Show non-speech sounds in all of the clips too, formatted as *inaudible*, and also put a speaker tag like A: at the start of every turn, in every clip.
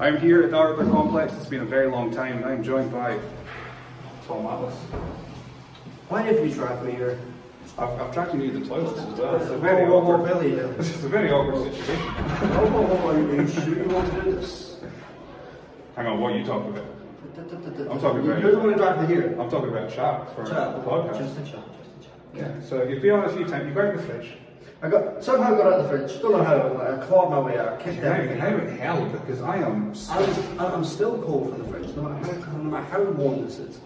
A: part of the complex. It's been a very long time, and I'm joined by Tom Atlas.
B: Why did we drop me here?
A: I've, I've tracked him near the toilets as well. It's a
B: Whoa,
A: very
B: whoa, whoa,
A: awkward.
B: Billy. uh,
A: *laughs* It's a very awkward situation.
B: *laughs* Whoa, whoa, whoa, are you sure you want to do this?
A: Hang on, what are you talking about?
B: I'm
A: I'm talking about-
B: You're the one who dropped me here.
A: I'm talking about chat for
B: Chat.
A: the podcast.
B: Just a chat, just a chat.
A: yeah. So you've been on a few times. You go out the fridge.
B: I got somehow got out of the fridge. Don't know how. like, I clawed my way out. Kicked
A: How,
B: everything.
A: how in hell? Because I am. s-
B: I was, I- I'm still cold from the fridge. No matter how, no matter how warm this is.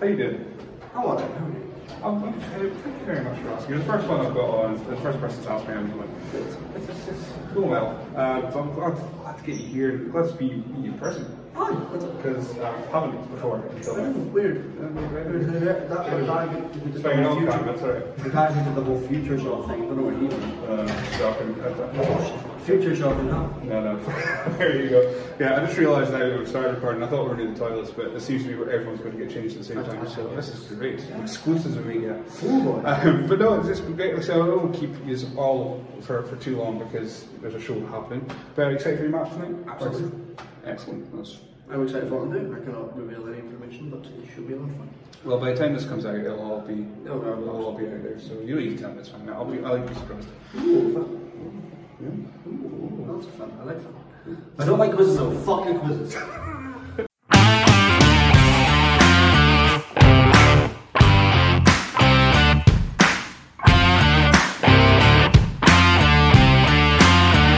A: How you doing?
B: I want to know you.
A: I'm, I'm, thank you very much for asking. You're the first one I've got on, the first person to ask me, I'm going, it's, it's, it's, it's going well. Uh, so I'm glad, glad to get you here and glad to be meet you in person
B: Hi. That's
A: because I haven't before until
B: kind
A: now.
B: of weird. Weird, uh, That that guy who did the
A: Sorry, you're not
B: whole future.
A: done, that's all right.
B: The guy who did the whole future shop thing. I don't know what he was.
A: Uh, so I can, uh,
B: Future shopping now.
A: no, no. *laughs* there you go. Yeah, I just realised now that we started recording. I thought we were near the toilets, but it seems to be where everyone's going to get changed at the same time. So this is great. Exclusives of media.
B: Fool boy.
A: Um, but no, it's just great. So I won't keep you all for, for too long because there's a show happening. But excited for your match tonight?
B: Absolutely.
A: Excellent. That's,
B: I'm excited for what I'm doing. I cannot reveal any information, but it should be a lot of fun.
A: well, by the time this comes out, it'll all be
B: Oh,
A: it'll, all be out there. So you don't need to tell me it's fine. I'll be I'll be surprised.
B: Ooh, fun.
A: Yeah.
B: Ooh, lots of fun. I like fun. I don't like quizzes though. Fucking quizzes.